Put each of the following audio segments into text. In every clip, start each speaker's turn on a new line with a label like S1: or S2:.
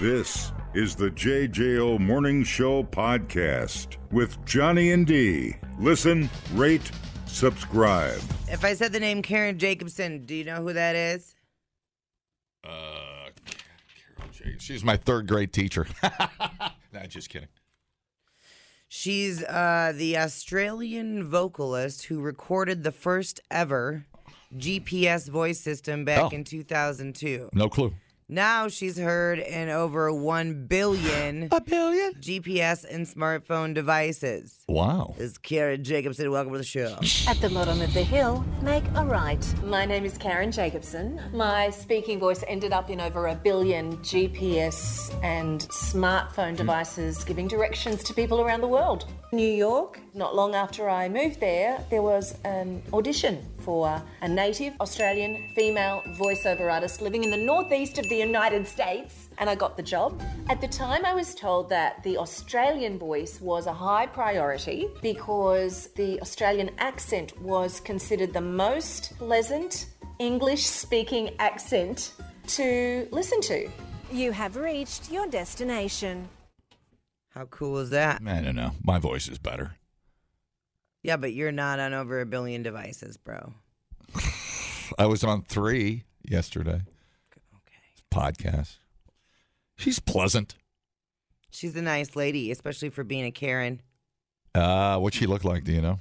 S1: This is the JJO Morning Show podcast with Johnny and D. Listen, rate, subscribe.
S2: If I said the name Karen Jacobson, do you know who that is?
S3: Uh, Carol Jane. She's my third grade teacher. nah, just kidding.
S2: She's uh, the Australian vocalist who recorded the first ever GPS voice system back
S3: Oh.
S2: in 2002.
S3: No clue.
S2: Now she's heard in over 1 billion
S3: A billion.
S2: GPS and smartphone devices.
S3: Wow.
S2: This is Karen Jacobson. Welcome to the show.
S4: At the bottom of the hill, make a right. My name is Karen Jacobson. My speaking voice ended up in over a billion GPS and smartphone devices giving directions to people around the world. New York, not long after I moved there, there was an audition for a native Australian female voiceover artist living in the northeast of the United States, and I got the job. At the time, I was told that the Australian voice was a high priority because the Australian accent was considered the most pleasant English speaking accent to listen to.
S5: You have reached your destination.
S2: How cool is that?
S3: I don't know. My voice is better.
S2: Yeah, but you're not on over a billion devices, bro.
S3: I was on three yesterday. Podcast. She's pleasant.
S2: She's a nice lady, especially for being a Karen.
S3: Uh, what she look like? Do you know?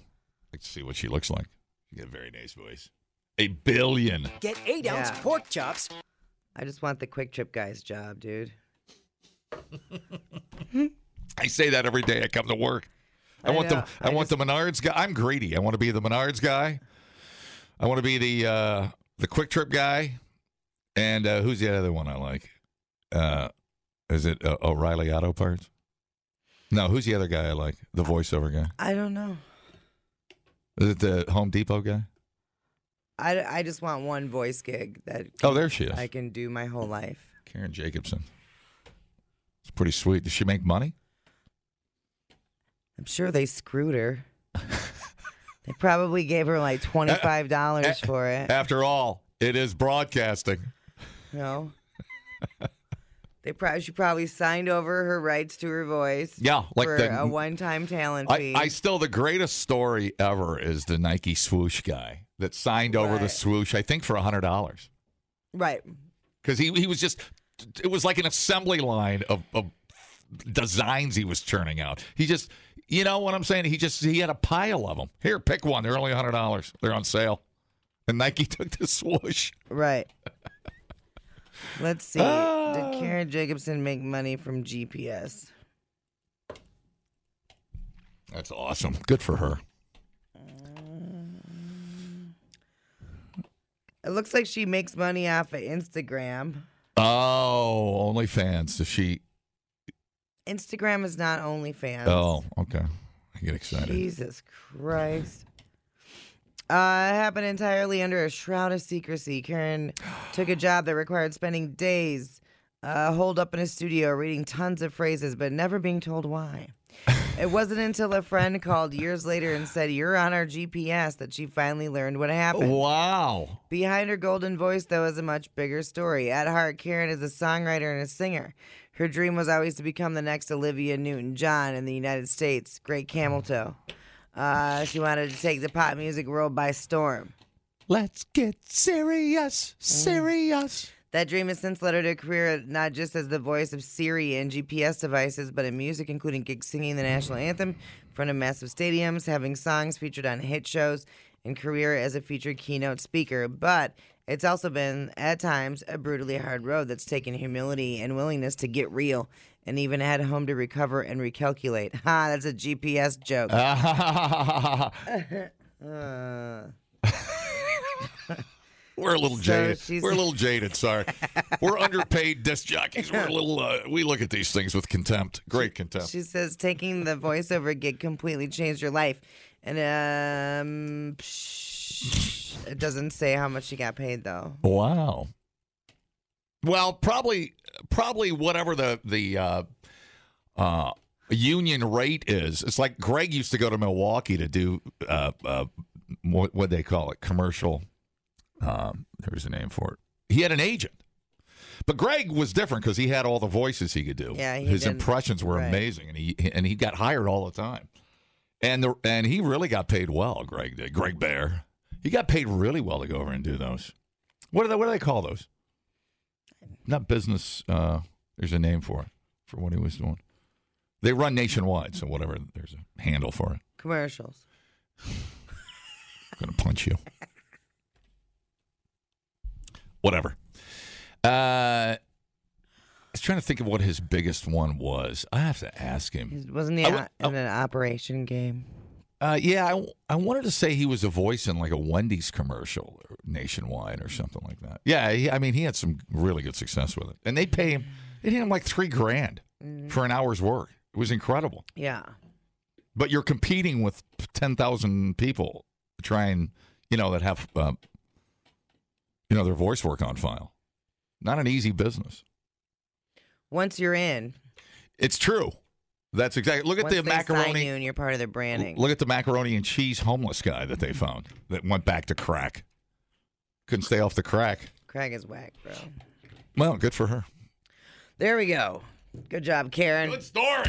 S3: Let's see what she looks like. She got a very nice voice. A billion.
S6: Get eight ounce
S2: Yeah.
S6: pork chops.
S2: I just want the Quick Trip guy's job, dude.
S3: I say that every day I come to work. I,
S2: I
S3: want
S2: know.
S3: the I,
S2: I
S3: want the Menards guy. I'm greedy. I want to be the Menards guy. I want to be the uh, the Quick Trip guy. And uh, who's the other one I like? Uh, is it uh, O'Reilly Auto Parts? No, who's the other guy I like? The voiceover guy.
S2: I don't know.
S3: Is it the Home Depot guy?
S2: I, I just want one voice gig that
S3: Oh, there she is.
S2: I can do my whole life.
S3: Karen Jacobson. It's pretty sweet. Does she make money?
S2: I'm sure they screwed her. they probably gave her like $25 for it.
S3: After all, it is broadcasting.
S2: No. They probably she probably signed over her rights to her voice.
S3: Yeah, like
S2: for
S3: the-
S2: a one-time talent
S3: I,
S2: fee.
S3: I still the greatest story ever is the Nike swoosh guy that signed over the
S2: Right.
S3: swoosh. I think for a hundred dollars
S2: right.
S3: because he he was just it was like an assembly line of, of designs he was churning out. He just you know what I'm saying. He just he had a pile of them. Here, pick one. They're only a hundred dollars. They're on sale. And Nike took the swoosh.
S2: Right. Let's see. Did Karen Jacobson make money from GPS?
S3: That's awesome. Good for her.
S2: It looks like she makes money off of Instagram.
S3: Oh, OnlyFans. So she.
S2: Instagram is not OnlyFans.
S3: Oh, okay. I get excited.
S2: Jesus Christ. Uh, it happened entirely under a shroud of secrecy. Karen took a job that required spending days uh, holed up in a studio reading tons of phrases, but never being told why. it wasn't until a friend called years later and said, You're on our GPS, that she finally learned what happened.
S3: Wow.
S2: Behind her golden voice, though, is a much bigger story. At heart, Karen is a songwriter and a singer. Her dream was always to become the next Olivia Newton John in the United States. Great camel toe. Uh, she wanted to take the pop music world by storm.
S3: Let's get serious, serious.
S2: That dream has since led her to a career not just as the voice of Siri and GPS devices, but in music, including gig singing the national anthem in front of massive stadiums, having songs featured on hit shows, and career as a featured keynote speaker. But it's also been, at times, a brutally hard road that's taken humility and willingness to get real and even head home to recover and recalculate. Ha, that's a GPS joke. Uh,
S3: We're a little
S2: So
S3: jaded.
S2: she's-
S3: We're a little jaded. Sorry, we're underpaid disc jockeys. We're a little. Uh, we look at these things with contempt. Great contempt.
S2: She says taking the voiceover gig completely changed your life, and um, psh, it doesn't say how much she got paid though.
S3: Wow. Well, probably, probably whatever the the uh, uh, union rate is. It's like Greg used to go to Milwaukee to do uh, uh, what what they call it commercial. Um, there's a name for it. He had an agent. But Greg was different because he had all the voices he could do.
S2: Yeah, he
S3: his
S2: didn't-
S3: impressions were
S2: right.
S3: amazing, and he and he got hired all the time, and the, and he really got paid well. Greg did. Greg Bear, he got paid really well to go over and do those. What do they What do they call those? Not business. Uh, there's a name for it for what he was doing. They run nationwide, so whatever. There's a handle for it.
S2: Commercials.
S3: I'm gonna punch you. Whatever. Uh, I was trying to think of what his biggest one was. I have to ask him.
S2: Wasn't he
S3: I w-
S2: o- in an operation game?
S3: Uh, yeah, I, I wanted to say he was a voice in like a Wendy's commercial or nationwide or something like that. Yeah, he, I mean he had some really good success with it, and they pay him. They paid him like three grand
S2: Mm.
S3: for an hour's work. It was incredible.
S2: Yeah.
S3: but you're competing with 10,000 people trying, you know, that have, uh, you know, their voice work on file. Not an easy business.
S2: Once you're in,
S3: It's true. That's exactly. Look at
S2: once
S3: the
S2: they sign you
S3: macaroni.
S2: and you're part of their branding.
S3: Look at the macaroni and cheese homeless guy that they found that went back to crack. Couldn't stay off the crack.
S2: Craig is whack, bro.
S3: Well, good for her.
S2: There we go. Good job, Karen.
S3: story.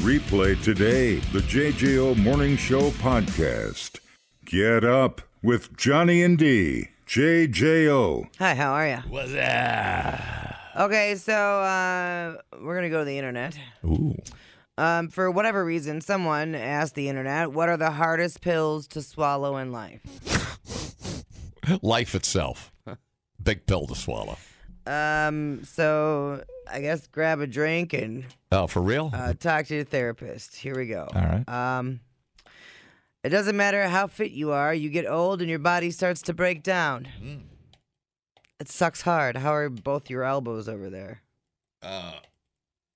S1: Replay today the JJO Morning Show podcast. Get up with Johnny and D. JJO.
S2: Hi, how are you?
S3: What's that?
S2: Okay, so uh, we're gonna go to the internet.
S3: Ooh.
S2: Um, for whatever reason, someone asked the internet, "What are the hardest pills to swallow in life?"
S3: Life itself. Big pill to swallow.
S2: Um, so I guess grab a drink and
S3: Oh, for real?
S2: uh, talk to your therapist. Here we go.
S3: All right.
S2: Um, it doesn't matter how fit you are, you get old and your body starts to break down.
S3: Mm.
S2: It sucks hard. How are both your elbows over there?
S3: Uh,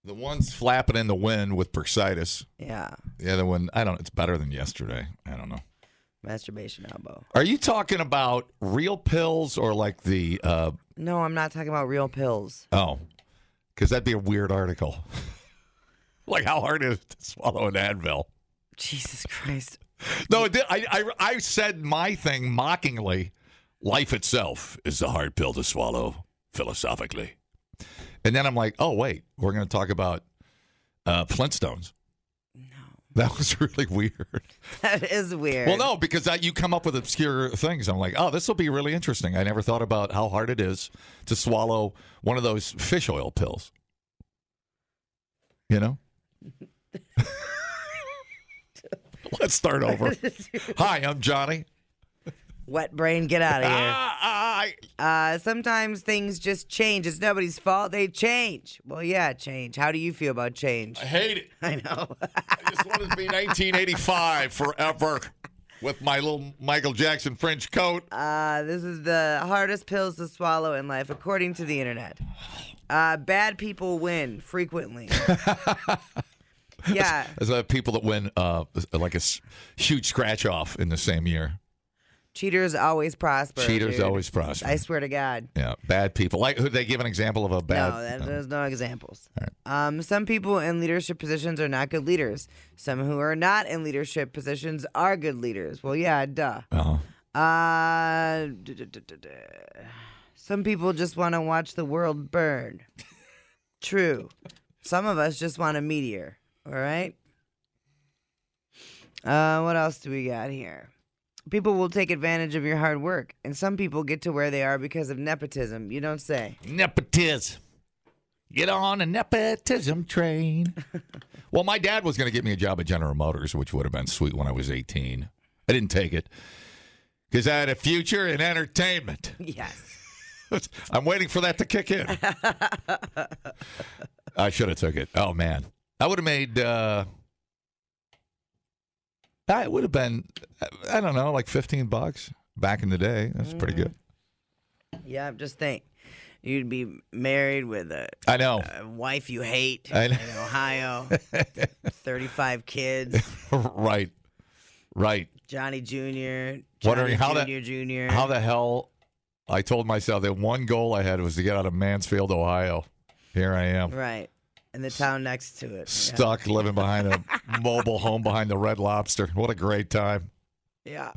S3: the one's flapping in the wind with bursitis.
S2: Yeah,
S3: The other one, I don't. It's better than yesterday. I don't know.
S2: masturbation elbow.
S3: Are you talking about real pills or like the? Uh,
S2: No, I'm not talking about real pills.
S3: oh, because that'd be a weird article. like how hard is it to swallow an Advil?
S2: Jesus Christ.
S3: No, it did, I, I I said my thing mockingly. Life itself is the hard pill to swallow philosophically. And then I'm like, oh wait, we're going to talk about uh, Flintstones. No, that was really weird.
S2: That is weird.
S3: Well, no, because I, you come up with obscure things. I'm like, oh, this will be really interesting. I never thought about how hard it is to swallow one of those fish oil pills. You know? Let's start over. Hi, I'm Johnny.
S2: Wet brain, get out of here.
S3: Ah, ah, I-
S2: Uh, sometimes things just change. It's nobody's fault. They change. Well, yeah, change. How do you feel about change?
S3: I hate it.
S2: I know.
S3: I just wanted to be 1985 forever with my little Michael Jackson French coat.
S2: Uh, this is the hardest pills to swallow in life, according to the internet. Uh, bad people win frequently. yeah,
S3: There's uh, people that win uh, like a s- huge scratch off in the same year.
S2: cheaters always prosper.
S3: Cheaters
S2: dude.
S3: always prosper.
S2: I swear to God.
S3: yeah, bad people. Like, who they give an example of a bad?
S2: No, that, there's no examples. Um, some people in leadership positions are not good leaders. Some who are not in leadership positions are good leaders. Well, yeah, duh.
S3: Uh-huh.
S2: Uh, duh, duh, duh, duh, duh. some people just want to watch the world burn. True. Some of us just want a meteor. All right. Uh, what else do we got here? People will take advantage of your hard work, and some people get to where they are because of nepotism. You don't say.
S3: Nepotism. Get on a nepotism train. well, my dad was going to get me a job at General Motors, which would have been sweet when I was 18. I didn't take it because I had a future in entertainment.
S2: Yes.
S3: I'm waiting for that to kick in. I should have took it. Oh man, I would have made. uh I would have been, I don't know, like 15 bucks back in the day. That's pretty good.
S2: Yeah, just think. You'd be married with a,
S3: I know,
S2: a wife you hate
S3: I know.
S2: in Ohio, 35 kids,
S3: right, right.
S2: Johnny Jr., Johnny
S3: Wondering how that-
S2: Jr. Jr.
S3: How the hell? I told myself that one goal I had was to get out of Mansfield, Ohio. Here I am,
S2: right. And the town next to it.
S3: stuck living behind a mobile home behind the Red Lobster. What a great time!
S2: Yeah. yeah.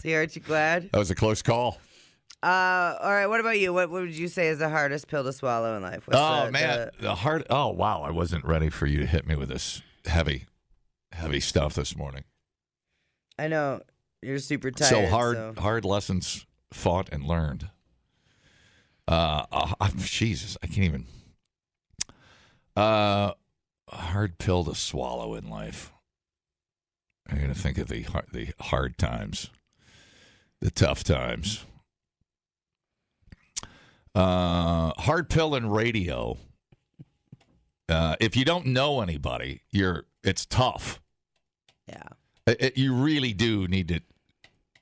S2: See, aren't you glad?
S3: That was a close call.
S2: Uh, all right. What about you? What, what would you say is the hardest pill to swallow in life? What's uh,
S3: oh
S2: the-
S3: man,
S2: the-
S3: the heart. Oh wow, I wasn't ready for you to hit me with this heavy, heavy stuff this morning.
S2: I know you're super tired.
S3: so hard,
S2: so-
S3: hard lessons fought and learned. Uh, uh, I'm- Jesus, I can't even. Uh, a hard pill to swallow in life. I'm gonna think of the hard, the hard times, the tough times. Uh, hard pill and radio. Uh, if you don't know anybody, you're it's tough.
S2: Yeah,
S3: It- it- you really do need to.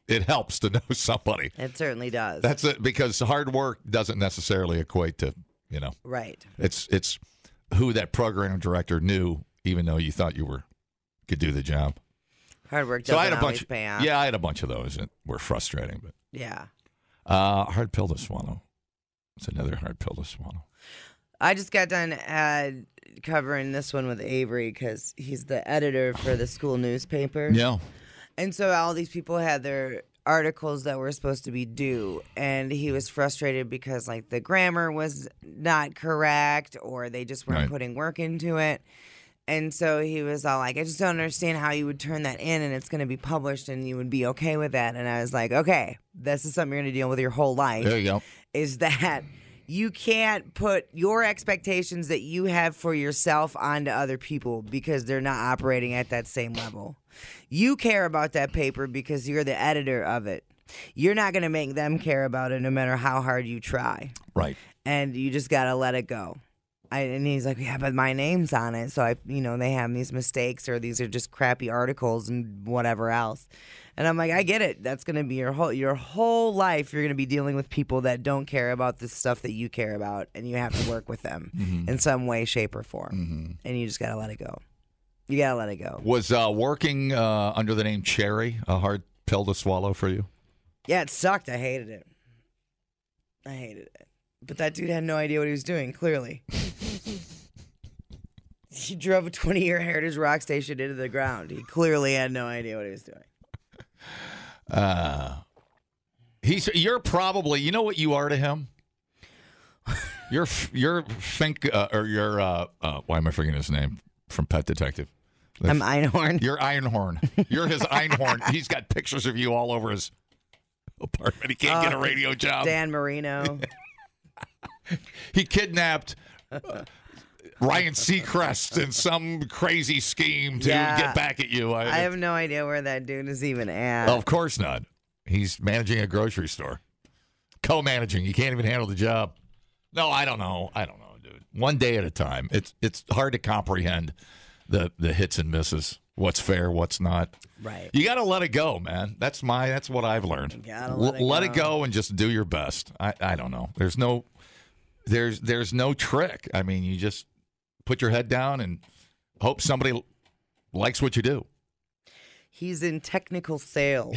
S3: It helps to know somebody.
S2: it certainly does.
S3: That's it because hard work doesn't necessarily equate to you know.
S2: right.
S3: It's it's who that program director knew, even though you thought you were could do the job.
S2: Hard work doesn't
S3: So I had a
S2: always
S3: bunch.
S2: pay off.
S3: Yeah, I had a bunch of those that were frustrating, but
S2: Yeah.
S3: uh, hard pill to swallow. It's another hard pill to swallow.
S2: I just got done uh, covering this one with Avery because he's the editor for the school newspaper.
S3: Yeah,
S2: And so all these people had their articles that were supposed to be due and he was frustrated because like the grammar was not correct or they just weren't
S3: Right.
S2: putting work into it. And so he was all like, I just don't understand how you would turn that in and it's going to be published and you would be okay with that. And I was like, okay, this is something you're going to deal with your whole life
S3: there you go.
S2: is that you can't put your expectations that you have for yourself onto other people because they're not operating at that same level. You care about that paper because you're the editor of it. You're not going to make them care about it no matter how hard you try.
S3: Right.
S2: And you just got to let it go. I, and he's like, yeah, but my name's on it. So I, you know, they have these mistakes or these are just crappy articles and whatever else. And I'm like, I get it. That's going to be your whole, your whole life. You're going to be dealing with people that don't care about the stuff that you care about. And you have to work with them in some way, shape or form. And you just got to let it go. You got to let it go.
S3: Was uh, working uh, under the name Cherry a hard pill to swallow for you?
S2: Yeah, it sucked. I hated it. I hated it. But that dude had no idea what he was doing, clearly. he drove a 20 year Heritage Rock station into the ground. He clearly had no idea what he was doing.
S3: Uh, he's you're probably you know what you are to him. You're f- you're Fink uh, or you're uh, uh, why am I forgetting his name from Pet Detective?
S2: I'm Einhorn.
S3: You're Ironhorn. You're his Ironhorn. He's got pictures of you all over his apartment. He can't get a
S2: Oh,
S3: radio job.
S2: Dan Marino.
S3: He kidnapped. uh, Ryan Seacrest in some crazy scheme to
S2: Yeah.
S3: get back at you.
S2: I have no idea where that dude is even at.
S3: Of course not. He's managing a grocery store, co-managing. You can't even handle the job. No, I don't know. I don't know, dude. One day at a time. It's it's hard to comprehend the the hits and misses. What's fair, what's not.
S2: Right.
S3: You got to let it go, man. That's my that's what I've learned.
S2: gotta
S3: L-
S2: let it
S3: it go and just do your best. I I don't know. There's no there's there's no trick. I mean, you just put your head down and hope somebody l- likes what you do.
S2: He's in technical sales.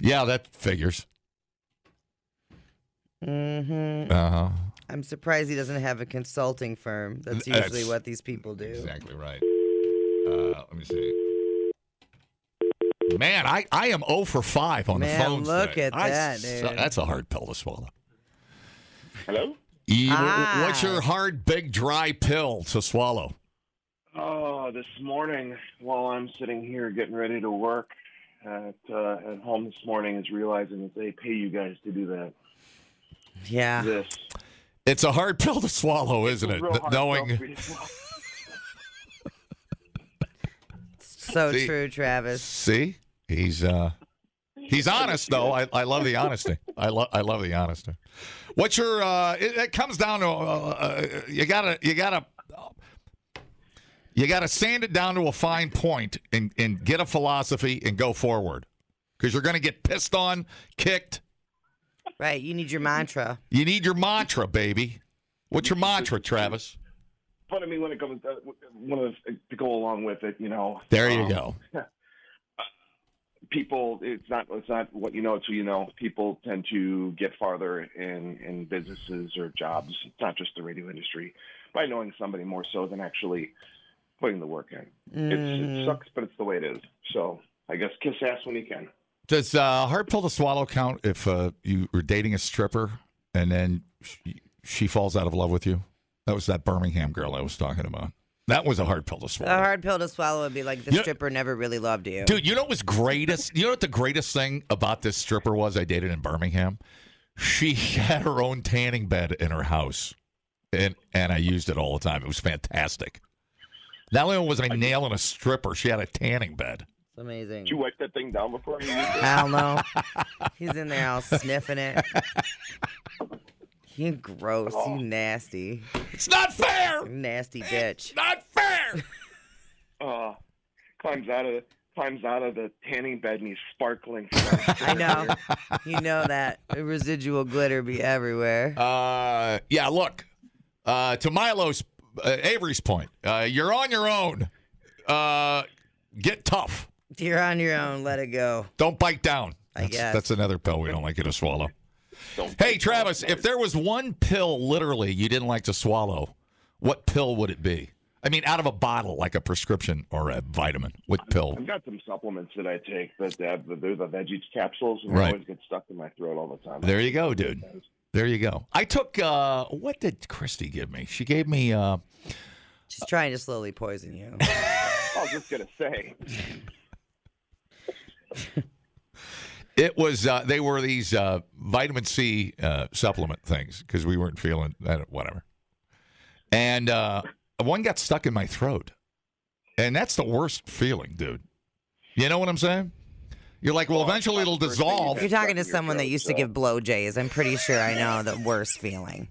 S3: Yeah, that figures.
S2: hmm
S3: Uh huh.
S2: I'm surprised he doesn't have a consulting firm. That's
S3: That's-
S2: usually what these people do.
S3: Exactly right. Uh, let me see. Man, I, I am 0 for 5 on
S2: Man,
S3: the phone.
S2: look at that, dude.
S3: That's a hard pill to swallow.
S6: Hello?
S3: You-
S2: Ah.
S3: What's your hard, big, dry pill to swallow?
S6: Oh, this morning while I'm sitting here getting ready to work at uh, at home this morning is realizing that they pay you guys to do that.
S2: Yeah.
S6: This
S3: It's a hard pill to swallow, isn't it?
S6: Real
S3: Th-
S6: hard stuff for
S3: Knowing
S6: you to swallow.
S2: So
S3: See-
S2: true, Travis.
S3: see, he's uh, he's honest though. I, I love the honesty. I love I love the honesty. What's your? Uh, it, it comes down to uh, uh, you gotta you gotta you gotta sand it down to a fine point and and get a philosophy and go forward because you're gonna get pissed on, kicked.
S2: Right. You need your mantra.
S3: You need your mantra, baby. What's your mantra, Travis?
S6: But I mean, when it comes uh, one of the, to go along with it, you know.
S3: There you
S6: um,
S3: go.
S6: People, it's not it's not what you know, it's who you know. People tend to get farther in in businesses or jobs. It's not just the radio industry by knowing somebody more so than actually
S3: Mm.
S6: putting the work in. It's, it sucks, but it's the way it is. So I guess kiss ass when you can.
S3: Does uh, hard pill to swallow count if uh, you were dating a stripper and then she, she falls out of love with you? That was that Birmingham girl I was talking about. That was a hard pill to
S2: A
S3: swallow.
S2: hard pill to swallow would be like the
S3: You know-
S2: stripper never really loved you.
S3: Dude, you know what was greatest? You know what the greatest thing about this stripper was I dated in Birmingham? She had her own tanning bed in her house. And and I used it all the time. It was fantastic. Not only was I nailing a stripper, she had a tanning bed.
S2: It's amazing.
S6: Did you wipe that thing down before you used it?
S2: I don't know. He's in there all sniffing it. You gross.
S6: Oh.
S2: You nasty.
S3: It's not fair.
S2: Nasty bitch.
S3: Not fair.
S6: Uh, climbs out of climbs out of the tanning bed and he's sparkling. fresh.
S2: I know. You know that residual glitter be everywhere.
S3: Uh, yeah, look, uh, to Milo's uh, Avery's point, uh, you're on your own. Uh, get tough.
S2: You're on your own. Let it go.
S3: Don't bite down.
S2: I
S3: That's,
S2: guess.
S3: that's another pill we don't like you to swallow.
S6: Don't-
S3: Hey, Travis, if there was one pill literally you didn't like to swallow, what pill would it be? I mean, out of a bottle, like a prescription or a vitamin. What pill?
S6: I've got some supplements that I take, but uh, they're the veggie capsules, and
S3: Right.
S6: they always get stuck in my throat all the time.
S3: There you go, dude. There you go. I took, uh, what did Christy give me? She gave me, uh,
S2: She's trying to slowly poison you.
S6: I was just gonna say,
S3: It was uh, they were these uh, vitamin C uh, supplement things because we weren't feeling that whatever, and uh, one got stuck in my throat, and that's the worst feeling, dude. You know what I'm saying? You're like, well, eventually it'll dissolve.
S2: You're talking to someone that used to give blow jays. I'm pretty sure I know the worst feeling.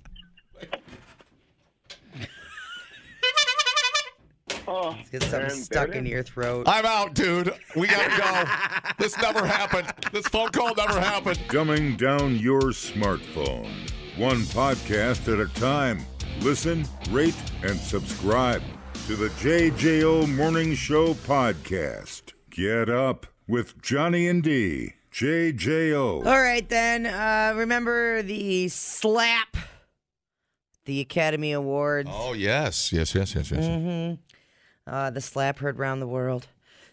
S6: oh,
S2: Get something
S6: and
S2: stuck
S6: there it
S2: in
S6: is.
S2: your throat.
S3: I'm out, dude. We gotta go. this never happened. This phone call never happened.
S1: Dumbing down your smartphone. One podcast at a time. Listen, rate, and subscribe to the JJO Morning Show podcast. Get up with Johnny and D. JJO.
S2: All right, then. Uh, remember the slap, the Academy Awards.
S3: Oh yes, yes, yes, yes, yes. Oh.
S2: Uh, the slap heard round the world.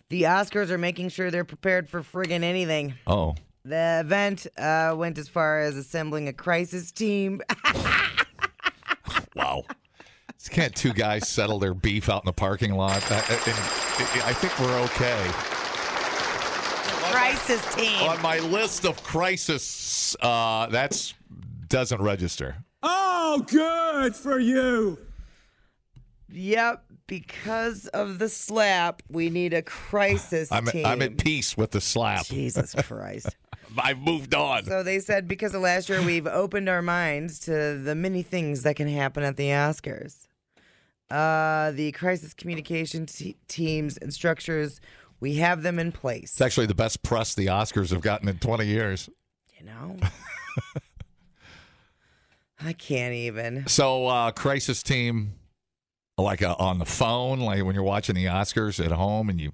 S2: The Oscars are making sure they're prepared for friggin' anything.
S3: Oh,
S2: The event uh, went as far as assembling a crisis team.
S3: wow. Can't two guys settle their beef out in the parking lot? I, I- I think we're okay.
S2: crisis team.
S3: on my list of crisis uh that's doesn't register
S7: Oh, good for you.
S2: Yep, because of the slap, we need a crisis
S3: i'm,
S2: team.
S3: I'm at peace with the slap
S2: Jesus Christ.
S3: i've moved on
S2: So they said because of last year, we've opened our minds to the many things that can happen at the Oscars. Uh, the crisis communication te- teams and structures, we have them in place.
S3: it's actually the best press the oscars have gotten in 20 years
S2: You know? I can't even.
S3: so uh crisis team like uh, on the phone like when you're watching the oscars at home and you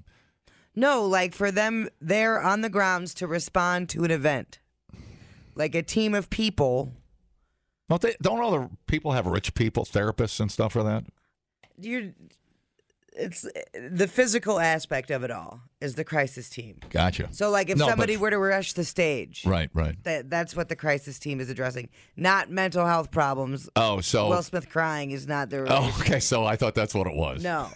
S2: No, like for them, they're on the grounds to respond to an event. Like a team of people.
S3: don't they don't all the people have rich people therapists and stuff for that
S2: You're, it's the physical aspect of it all is the crisis team.
S3: gotcha
S2: So, like, if
S3: No, but-
S2: somebody were to rush the stage,
S3: right right
S2: that that's what the crisis team is addressing, not mental health problems.
S3: oh so
S2: Will Smith crying is not their.
S3: oh okay so i thought that's what it was
S2: No,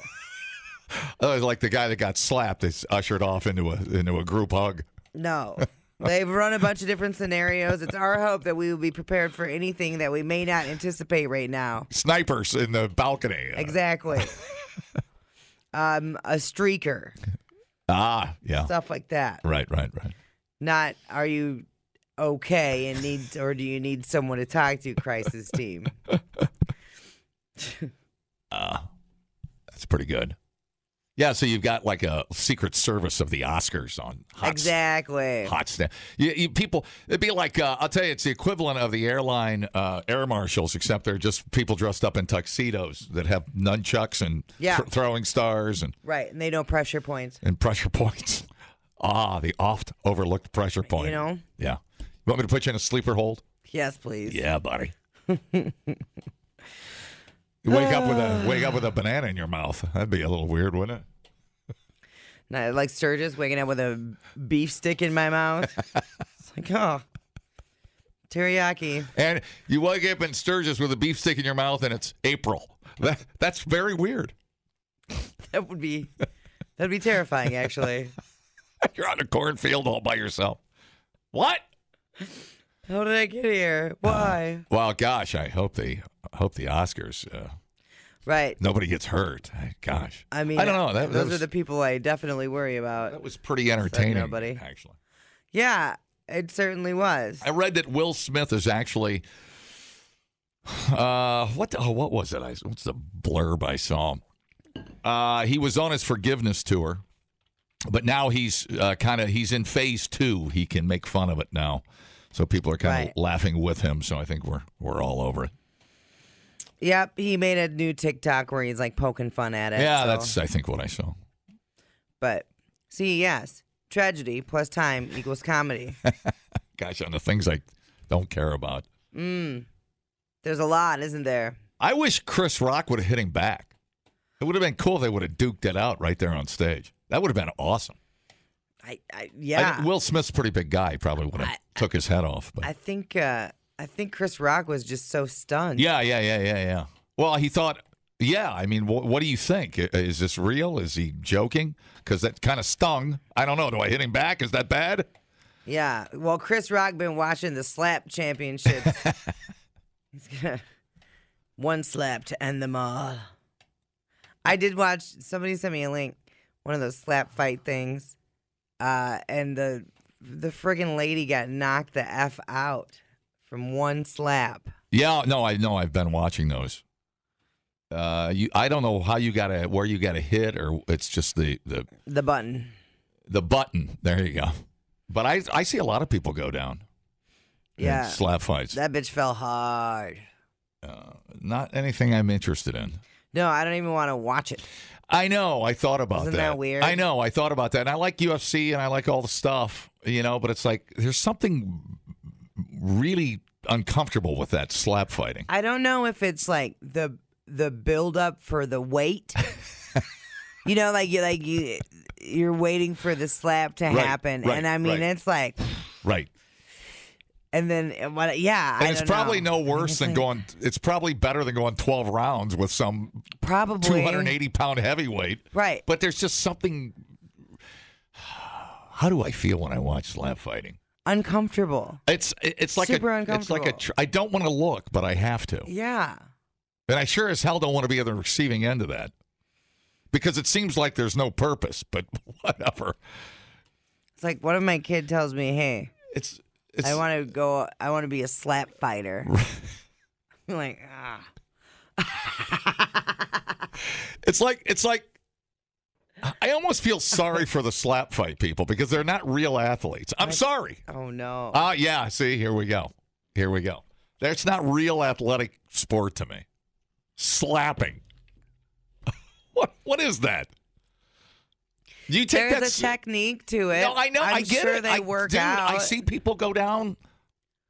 S3: Oh, it's like the guy that got slapped is ushered off into a into a group hug.
S2: no. They've run a bunch of different scenarios. It's our hope that we will be prepared for anything that we may not anticipate right now.
S3: Snipers in the balcony. Uh,
S2: Exactly. um, a streaker,
S3: Ah, yeah.
S2: stuff like that.
S3: Right, right, right.
S2: Not are you okay and need or do you need someone to talk to? Crisis team.
S3: That's pretty good. Yeah, so you've got like a Secret Service of the Oscars on hot
S2: exactly.
S3: hot stand. You, you people, it'd be like uh, I'll tell you, it's the equivalent of the airline uh, air marshals, except they're just people dressed up in tuxedos that have nunchucks and
S2: Yeah.
S3: thr- throwing stars and
S2: Right, and they don't pressure points.
S3: and pressure points. Ah, the oft overlooked pressure point.
S2: know?
S3: Yeah. You want me to put you in a sleeper hold?
S2: Yes, please.
S3: Yeah, buddy. You wake up with a wake up with a banana in your mouth. That'd be a little weird, wouldn't it?
S2: Not like Sturgis waking up with a beef stick in my mouth. it's like, oh, teriyaki.
S3: And you wake up in Sturgis with a beef stick in your mouth, and it's April. That, that's very weird.
S2: That would be that'd be terrifying, actually.
S3: You're on a cornfield all by yourself. What?
S2: How did I get here? Why?
S3: Well, gosh, I hope the I hope the Oscars. Uh,
S2: Right.
S3: nobody gets hurt. I- Gosh,
S2: I mean,
S3: I don't know. That, that
S2: those
S3: was,
S2: are the people I definitely worry about.
S3: that was pretty entertaining.
S2: nobody.
S3: Actually,
S2: Yeah, it certainly was.
S3: I read that Will Smith is actually. Uh, what the, oh, what was it? I, what's the blurb I saw? Uh, he was on his forgiveness tour, but now he's uh, kind of he's in phase two. He can make fun of it now, so people are kind of
S2: Right.
S3: laughing with him. So I think we're we're all over it.
S2: Yep, he made a new TikTok where he's like poking fun at it.
S3: yeah,
S2: so-
S3: that's I think what I saw.
S2: But see, yes, tragedy plus time equals comedy.
S3: Gosh, on the things I don't care about.
S2: There's a lot, isn't there?
S3: I wish Chris Rock would have hit him back. It would have been cool if they would have duked it out right there on stage. That would have been awesome.
S2: I, I
S3: I-
S2: yeah. I,
S3: Will Smith's a pretty big guy. He Probably would have took his head off. But
S2: think uh I think Chris Rock was just so stunned.
S3: yeah, yeah, yeah, yeah, yeah. Well, he thought, yeah. I mean, wh- what do you think? I- Is this real? Is he joking? Because that kind of stung. I don't know. Do I hit him back? Is that bad?
S2: Yeah. Well, Chris Rock been watching the slap championships. He's gonna one slap to end them all. I did watch. Somebody sent me a link. One of those slap fight things, uh, and the the friggin' lady got knocked the f out from one slap.
S3: Yeah. No, I know. I've been watching those. Uh, you, I don't know how you got to where you got to hit, or it's just the the
S2: The button.
S3: the button. There you go. But I I see a lot of people go down. in
S2: Yeah.
S3: slap fights.
S2: That bitch fell hard.
S3: Not anything I'm interested in.
S2: No, I don't even want to watch it.
S3: I know. I thought about
S2: Isn't
S3: that.
S2: that weird?
S3: I know. I thought about that. And I like UFC and I like all the stuff, you know. But it's like there's something really uncomfortable with that slap fighting.
S2: I don't know if it's like the the build up for the wait. you know, like you like you you're waiting for the slap to
S3: Right,
S2: happen,
S3: right,
S2: and I mean
S3: right.
S2: it's like,
S3: Right.
S2: and then and what? Yeah,
S3: And
S2: I
S3: it's
S2: don't know.
S3: probably no
S2: I
S3: worse
S2: just
S3: than
S2: think
S3: going. It's probably better than going 12 rounds with some
S2: probably
S3: 280 pound heavyweight.
S2: Right.
S3: But there's just something. How do I feel when I watch slap fighting?
S2: uncomfortable.
S3: It's it's like
S2: Super
S3: a, It's like a.
S2: uncomfortable.
S3: Tr- I don't want to look, but I have to.
S2: Yeah,
S3: And I sure as hell don't want to be on the receiving end of that because it seems like there's no purpose, but whatever.
S2: it's like what if my kid tells me, "Hey,
S3: It's, it's
S2: I want to go. I want to be a slap fighter." I'm like, ah,
S3: it's like it's like I almost feel sorry for the slap fight people because they're not real athletes. I'm sorry.
S2: oh no.
S3: Ah, yeah, see, here we go. Here we go. That's not real athletic sport to me. Slapping. what what is that? You take that
S2: There's
S3: s-
S2: a technique to it.
S3: No, I know.
S2: I'm
S3: I get
S2: sure
S3: it.
S2: They
S3: I,
S2: work
S3: dude,
S2: out.
S3: I see people go down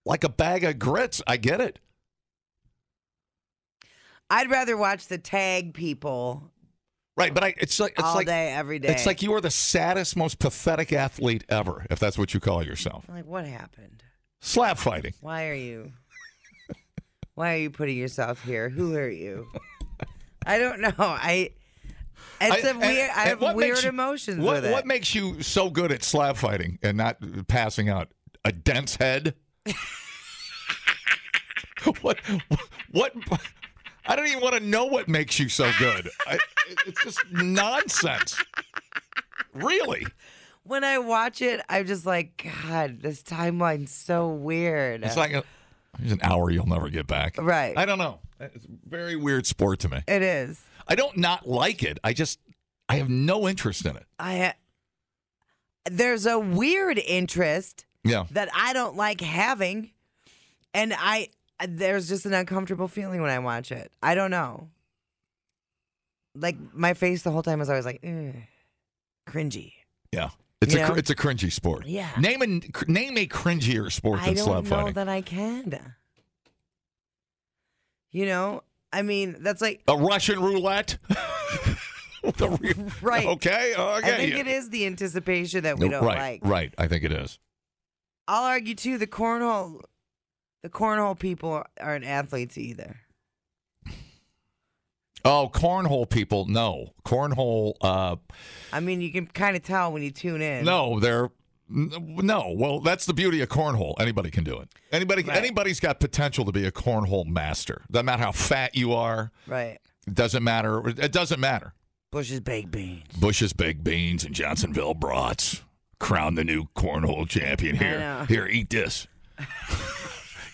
S3: like a bag of grits. I get it.
S2: I'd rather watch the tag people
S3: Right, but I it's like it's
S2: all
S3: like
S2: day, every day.
S3: it's like you are the saddest, most pathetic athlete ever, if that's what you call yourself.
S2: I'm like, what happened?
S3: Slap fighting.
S2: Why are you? Why are you putting yourself here? Who are you? I don't know. I. It's
S3: I-
S2: a
S3: and-
S2: weird. I
S3: and
S2: have
S3: what
S2: weird
S3: makes you-
S2: emotions
S3: What,
S2: with it.
S3: what makes you so good at slap fighting and not passing out? A dense head. what? What? I don't even want to know what makes you so good. I, it's just nonsense. Really?
S2: when I watch it, I'm just like, God, this timeline's so weird.
S3: It's like a, it's an hour you'll never get back.
S2: Right.
S3: I don't know. It's a very weird sport to me.
S2: it is.
S3: I don't not like it. I just I have no interest in it.
S2: I. Ha- There's a weird interest
S3: Yeah.
S2: that I don't like having, and I there's just an uncomfortable feeling when I watch it. I don't know. Like my face the whole time is always like, "Ugh, cringy.
S3: Yeah. It's
S2: You
S3: a cr-
S2: know?
S3: it's a cringy sport.
S2: Yeah.
S3: Name a cr- name a cringier sport
S2: I
S3: than
S2: don't
S3: slap
S2: know
S3: fighting.
S2: that I can. You know, I mean, that's like
S3: a Russian roulette. the real,
S2: Right.
S3: Okay. Okay.
S2: I think it is the anticipation that we don't
S3: right.
S2: like.
S3: Right. I think it is.
S2: I'll argue too. The cornhole, the cornhole people aren't athletes either.
S3: Oh, cornhole people. No, cornhole. Uh,
S2: I mean, you can kind of tell when you tune in.
S3: no, they're n- no. Well, that's the beauty of cornhole. Anybody can do it. Anybody.
S2: Right.
S3: Anybody's got potential to be a cornhole master. Doesn't matter how fat you are.
S2: right?
S3: It doesn't matter. It doesn't matter.
S2: Bush's baked beans.
S3: Bush's baked beans and Johnsonville brats crown the new cornhole champion
S2: know.
S3: here. Here, eat this.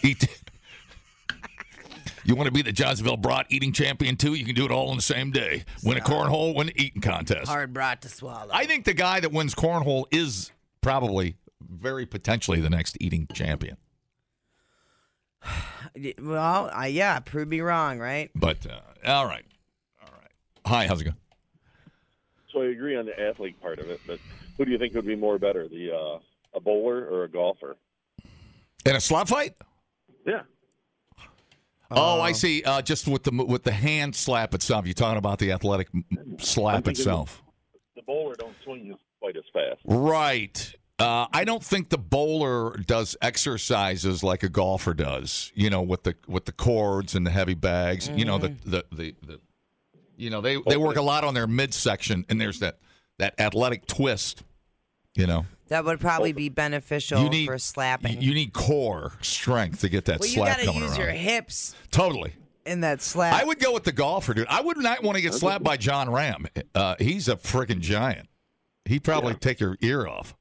S3: eat. You want to be the Johnsonville brat eating champion too? You can do it all on the same day. Win a cornhole, win an eating contest.
S2: Hard brought to swallow.
S3: I think the guy that wins cornhole is probably very potentially the next eating champion.
S2: well, I, yeah, prove me wrong, right?
S3: But uh, all right, all right. Hi, how's it going?
S8: So I agree on the athlete part of it, but who do you think would be more better, the uh, a bowler or a golfer?
S3: In a slot fight?
S8: Yeah,
S3: Oh,
S2: Um,
S3: I see. Uh, just with the with the hand slap itself. You're talking about the athletic m- slap
S8: thinking-
S3: itself,
S8: the bowler don't swing quite as fast.
S3: right? Uh, I don't think the bowler does exercises like a golfer does. You know, with the with the cords and the heavy bags. You know, the
S2: Mm-hmm.
S3: the the, the you know they, they work a lot on their midsection, and there's that that athletic twist. You know,
S2: That would probably be beneficial
S3: Oh, you need
S2: for slapping.
S3: You, you need core strength to get that
S2: well, you
S3: slap
S2: gotta
S3: coming
S2: use
S3: around.
S2: your hips
S3: Totally.
S2: in that slap.
S3: I would go with the golfer, dude. I would not want to get slapped by John Ram. Uh, he's a freaking giant. He'd probably take your ear off.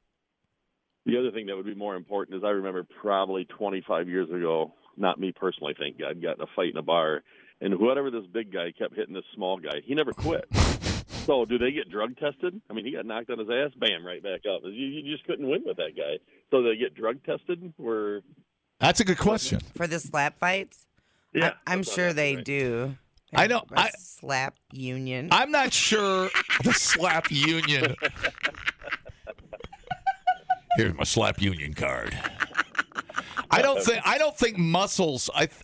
S8: The other thing that would be more important is I remember probably 25 years ago, not me personally, thank God, got in a fight in a bar, and whoever this big guy kept hitting this small guy, he never quit. So do they get drug tested? I mean, he got knocked on his ass, bam, right back up. You, you just couldn't win with that guy. So they get drug tested? Where
S3: That's a good question.
S2: for the slap fights.
S8: yeah,
S2: I, am
S8: that's not
S2: sure they
S8: happening.
S2: do.
S3: I know-
S2: A
S3: I-
S2: slap union.
S3: I'm not sure the slap union. Here's my slap union card. I don't think I don't think muscles I th-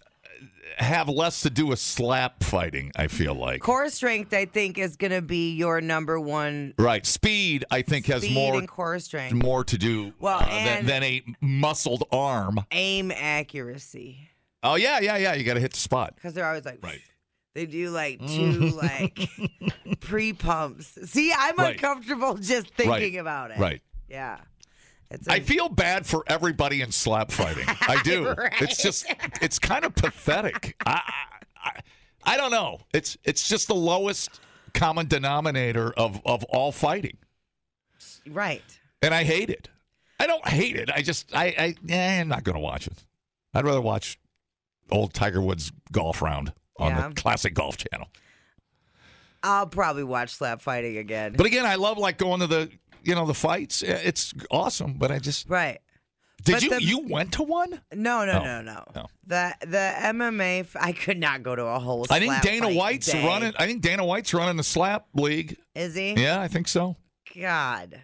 S3: have less to do with slap fighting. I feel like
S2: core strength, I think, is gonna be your number one.
S3: right speed. I think has
S2: speed
S3: more
S2: and core strength.
S3: more to do
S2: Well,
S3: uh, than,
S2: and-
S3: than a muscled arm.
S2: aim accuracy
S3: Oh yeah, yeah, yeah. You got to hit the spot.
S2: because they're always like
S3: Right. Mm.
S2: They do like two like pre pumps. See, I'm
S3: Right.
S2: uncomfortable just thinking about it.
S3: Right.
S2: Yeah. It's
S3: I
S2: a-
S3: feel bad for everybody in slap fighting. I do. It's just it's kind of pathetic. I, I I- I don't know. It's it's just the lowest common denominator of of all fighting,
S2: right.
S3: and I hate it. I don't hate it. I just I I eh, I'm not going to watch it. I'd rather watch old Tiger Woods golf round on
S2: Yeah.
S3: the classic golf channel.
S2: I'll probably watch slap fighting again.
S3: But again, I love like going to the you know the fights. Eh, It's awesome, but I just
S2: right.
S3: did
S2: But
S3: you
S2: the-
S3: you went to one?
S2: No, no,
S3: Oh,
S2: no, no,
S3: no.
S2: The the MMA. F- I could not go to a whole.
S3: I think
S2: slap
S3: Dana
S2: fight
S3: White's
S2: day.
S3: running. I think Dana White's running the slap league.
S2: Is he?
S3: Yeah, I think so.
S2: God.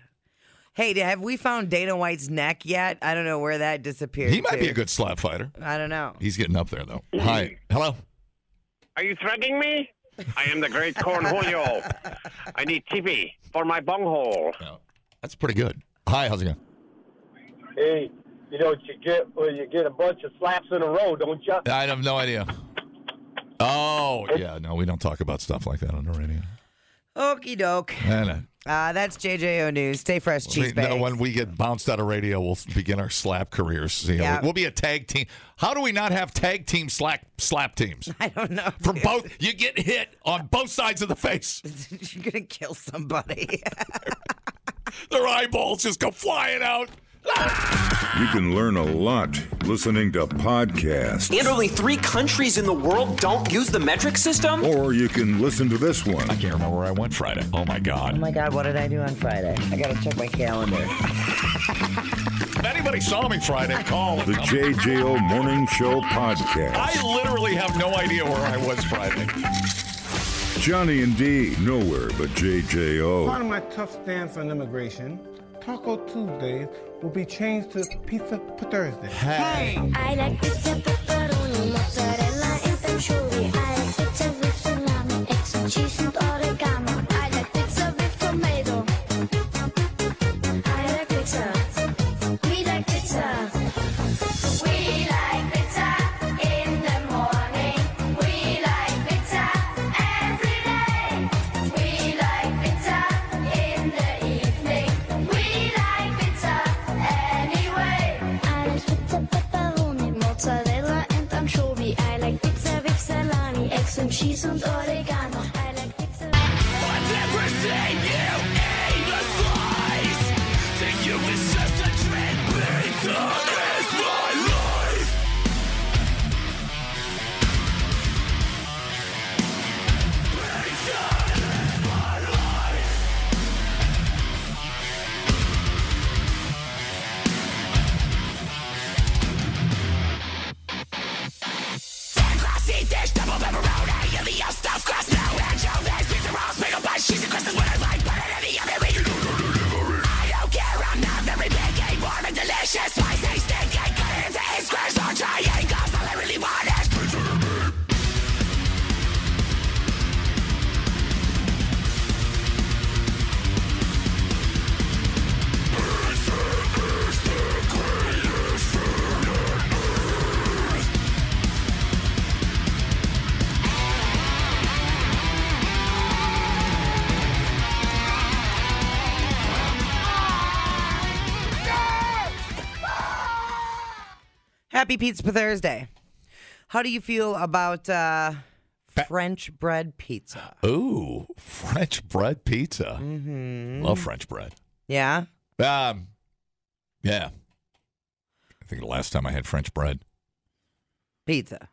S2: Hey, have we found Dana White's neck yet? I don't know where that disappeared.
S3: He might be
S2: to.
S3: a good slap fighter.
S2: I don't know.
S3: He's getting up there though. Hi, hello.
S9: Are you threatening me? I am the great Cornholio. I need TV for my bunghole.
S3: That's pretty good. Hi, how's it going?
S10: Hey, you know what you get when you get a bunch of slaps in a row, don't you?
S3: I have no idea. Oh yeah, no, we don't talk about stuff like that on the radio.
S2: Okie doke.
S3: I know.
S2: Uh, that's JJO News. Stay fresh, cheese
S3: We- no,
S2: bags.
S3: when we get bounced out of radio, we'll begin our slap careers. See how
S2: Yeah.
S3: we, will be a tag team. How do we not have tag team slap slap teams?
S2: I don't know.
S3: From both, you get hit on both sides of the face.
S2: You're gonna kill somebody.
S3: Their eyeballs just go flying out.
S1: You can learn a lot listening to podcasts,
S11: And only three countries in the world don't use the metric system?
S1: or you can listen to this one.
S3: Can't remember where I went Friday. Oh my god.
S2: oh my God, what did I do on Friday? I gotta check my calendar.
S3: If anybody saw me Friday, call.
S1: The JJO Morning Show podcast.
S3: I literally have no idea where I was Friday.
S1: Johnny and D, nowhere but
S7: Part
S1: JJO.
S7: of my tough stance on immigration, Taco Tuesdays will be changed to Pizza Thursday.
S3: Hey.
S10: I like pizza, pepperoni, mozzarella, and patchouli. I like pizza with salami, eggs and cheese and oregano. I like
S12: cheese and oregano. I like pizza.
S13: Delicious, spicy, stinky, cutting into eight squares or triangles. All I really want is
S2: Happy Pizza Thursday. How do you feel about uh, French bread pizza?
S3: Ooh, French bread pizza. Mm-hmm. Love French bread.
S2: Yeah.
S3: Um, yeah. I think the last time I had French bread.
S2: Pizza.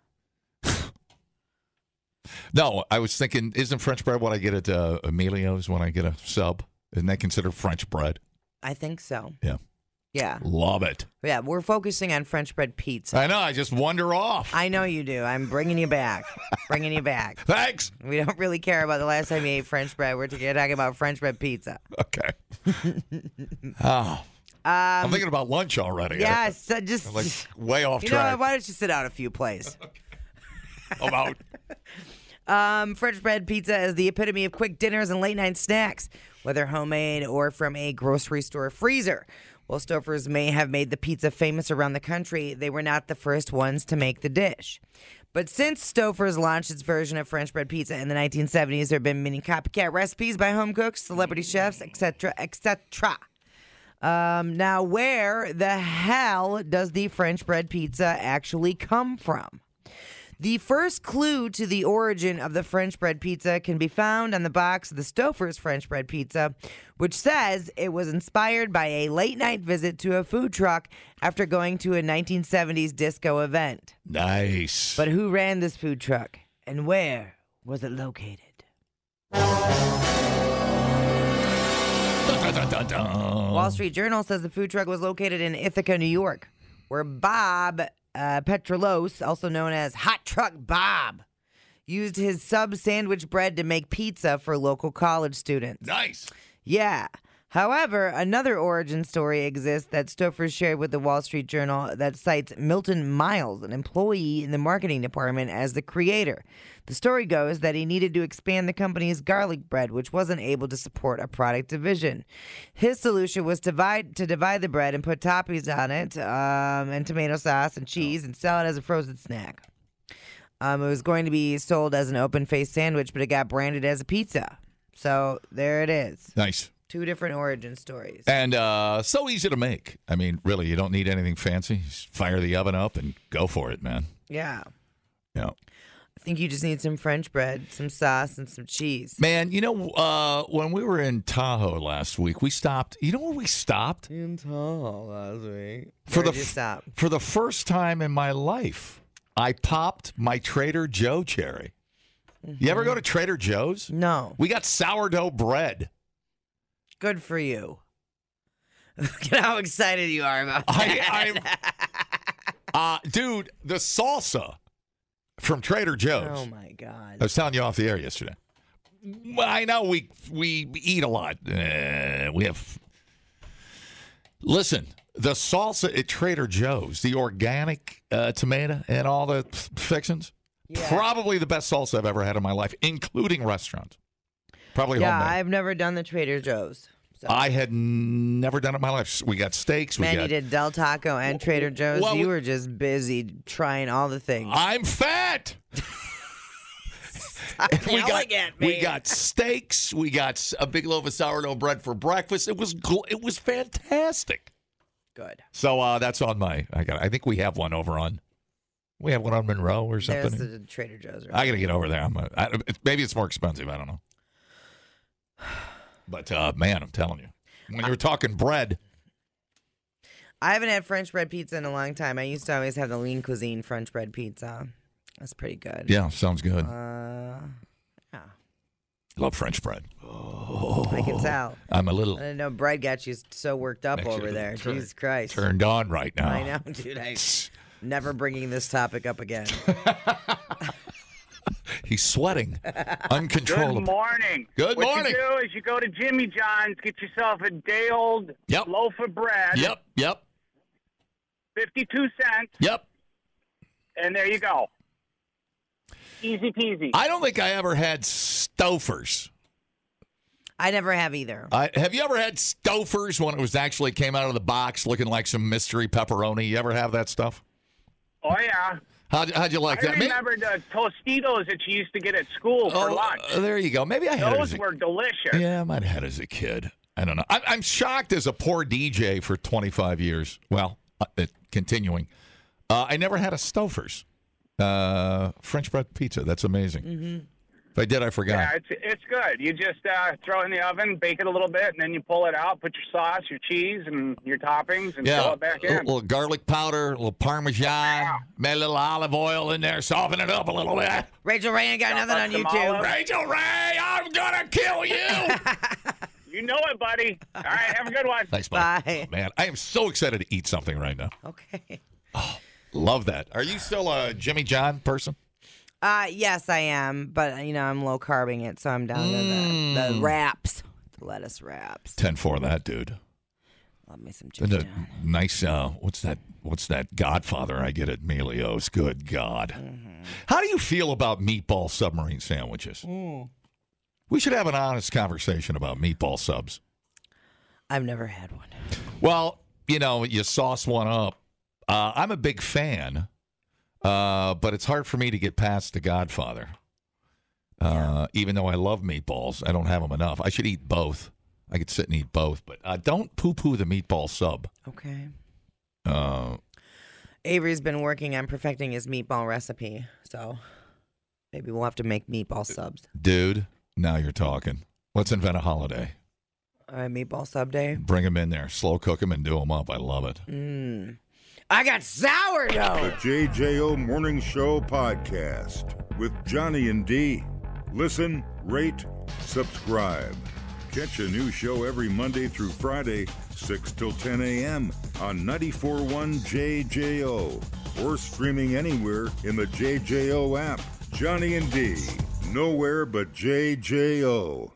S3: No, I was thinking, isn't French bread what I get at uh, Emilio's when I get a sub? Isn't that considered French bread?
S2: I think so.
S3: Yeah.
S2: Yeah.
S3: Love it.
S2: Yeah, we're focusing on French bread pizza.
S3: I know. I just wander off.
S2: I know you do. I'm bringing you back. bringing you back.
S3: Thanks.
S2: We don't really care about the last time you ate French bread. We're talking about French bread pizza.
S3: Okay.
S2: Ah.
S3: oh. I'm thinking about lunch already.
S2: Yes, I just
S3: I'm, like way off
S2: Um, you know
S3: track.
S2: what? Why don't you sit out a few plays?
S3: I'm out.
S2: Um, French bread pizza is the epitome of quick dinners and late night snacks, whether homemade or from a grocery store freezer. While Stouffer's may have made the pizza famous around the country, they were not the first ones to make the dish. But since Stouffer's launched its version of French bread pizza in the 1970s, there have been many copycat recipes by home cooks, celebrity chefs, etc., etc. Um, now, where the hell does the French bread pizza actually come from? The first clue to the origin of the French bread pizza can be found on the box of the Stouffer's French bread pizza, which says it was inspired by a late night visit to a food truck after going to a 1970s disco event.
S3: Nice.
S2: But who ran this food truck and where was it located?
S3: Dun, dun, dun, dun.
S2: Wall Street Journal says the food truck was located in Ithaca, New York, where Bob uh, Petrolos, also known as Hot Truck Bob, used his sub sandwich bread to make pizza for local college students.
S3: Nice.
S2: Yeah. However, another origin story exists that Stouffer shared with the Wall Street Journal that cites Milton Miles, an employee in the marketing department, as the creator. The story goes that he needed to expand the company's garlic bread, which wasn't able to support a product division. His solution was to divide, to divide the bread and put toppings on it, um, and tomato sauce and cheese, and sell it as a frozen snack. Um, it was going to be sold as an open faced sandwich, but it got branded as a pizza. So there it is.
S3: Nice.
S2: Two different origin stories.
S3: And uh, so easy to make. I mean, really, you don't need anything fancy. Just fire the oven up and go for it, man.
S2: Yeah.
S3: Yeah.
S2: I think you just need some French bread, some sauce, and some cheese.
S3: Man, you know, uh, when we were in Tahoe last week, we stopped. You know where we stopped?
S2: In Tahoe last week.
S3: For the
S2: Where'd you
S3: f-
S2: stop?
S3: For the first time in my life, I popped my Trader Joe cherry. You ever go to Trader Joe's?
S2: No.
S3: We got sourdough bread.
S2: Good for you. Look at how excited you are about that.
S3: I, I'm, uh, dude, the salsa from Trader Joe's.
S2: oh my god.
S3: I was telling you off the air yesterday. Well, I know we we eat a lot. Uh, we have. Listen, the salsa at Trader Joe's, the organic uh, tomato and all the f- fixings, probably the best salsa I've ever had in my life, including restaurants. Probably
S2: yeah,
S3: homemade.
S2: I've never done the Trader Joe's. So.
S3: I had n- never done it in my life. We got steaks. We
S2: Man,
S3: got
S2: you did Del Taco and Trader Joe's.
S3: well,
S2: you
S3: we-
S2: were just busy trying all the things.
S3: I'm fat. we got we got steaks. We got s- a big loaf of sourdough bread for breakfast. It was gl- it was fantastic.
S2: Good.
S3: So uh, that's on my. I got. I think we have one over on We have one on Monroe or
S2: There's
S3: something.
S2: the Trader Joe's.
S3: I got to get over there. I'm a, I, it's- maybe it's more expensive. I don't know. But uh, man, I'm telling you, when you were talking bread,
S2: I haven't had French bread pizza in a long time. I used to always have the lean cuisine French bread pizza. That's pretty good.
S3: yeah, sounds good.
S2: Uh, yeah.
S3: Love French bread.
S2: I can tell.
S3: I'm a
S2: I
S3: little
S2: didn't know bread got you so worked up
S3: Makes Oh. you a
S2: over
S3: little
S2: there.
S3: turn-
S2: Jesus Christ.
S3: turned on right now.
S2: I know, dude. I never bringing this topic up again.
S3: He's sweating, uncontrollable.
S14: Good morning.
S3: Good
S14: what
S3: morning.
S14: you do is you go to Jimmy John's, get yourself a day old loaf of bread.
S3: Yep, yep,
S14: 52 cents,
S3: yep.
S14: and there you go. Easy peasy.
S3: I don't think I ever had Stouffer's.
S2: I never have either.
S3: I, have you ever had Stouffer's when it was actually came out of the box looking like some mystery pepperoni? You ever have that stuff?
S14: Oh, yeah.
S3: How'd, how'd you like
S14: I
S3: that? Maybe-
S14: remember the Tostitos that you used to get at school for lunch.
S3: uh, there you go. Maybe I had it as
S14: Those
S3: a-
S14: were delicious.
S3: Yeah, I might have had it as a kid. I don't know. I'm, I'm shocked as a poor DJ for 25 years. Well, uh, uh, continuing, uh, I never had a Stouffer's uh, French bread pizza. That's amazing. If I did, I forgot.
S14: Mm-hmm. Yeah, it's it's good. You just uh, throw it in the oven, bake it a little bit, and then you pull it out, put your sauce, your cheese, and your toppings, and throw it back
S3: a
S14: in.
S3: little garlic powder, a little parmesan, made a little olive oil in there, soften it up a little bit.
S2: Rachel Ray ain't got
S14: Got
S2: nothing on
S14: some
S2: YouTube.
S14: olives.
S3: Rachel Ray, I'm gonna kill you.
S14: you know it, buddy. All right, have a good one.
S3: Thanks, Bob. Oh, man, I am so excited to eat something right now.
S2: Okay.
S3: Love that. Are you still a Jimmy John person?
S2: Uh, yes, I am, but you know I'm low carbing it, so I'm down to the, the
S3: Mm.
S2: wraps, the lettuce wraps.
S3: 10 for that, dude.
S2: Love me some
S3: And
S2: Jimmy
S3: a
S2: John's.
S3: nice, uh, what's that? What's that Godfather I get at Melio's? Good God.
S14: Mm-hmm.
S3: How do you feel about meatball submarine sandwiches?
S14: Mm.
S3: We should have an honest conversation about meatball subs.
S2: I've never had one.
S3: Well, you know, you sauce one up. Uh, I'm a big fan, uh, but it's hard for me to get past The Godfather. Uh, Even though I love meatballs, I don't have them enough. I should eat both. I could sit and eat both, but uh, don't poo poo the meatball sub.
S2: Okay.
S3: Uh,
S2: Avery's been working on perfecting his meatball recipe, so maybe we'll have to make
S3: Uh,
S2: meatball subs.
S3: dude, now you're talking. Let's invent a holiday.
S2: All right, meatball sub day.
S3: Bring them in there, slow cook them, and do them up. I love it.
S2: Mm. I got sourdough.
S1: The JJO Morning Show podcast with Johnny and D. Listen, rate, subscribe. Catch a new show every Monday through Friday, 6 till 10 a.m. on 94.1 JJO or streaming anywhere in the JJO app. Johnny and D. Nowhere but JJO.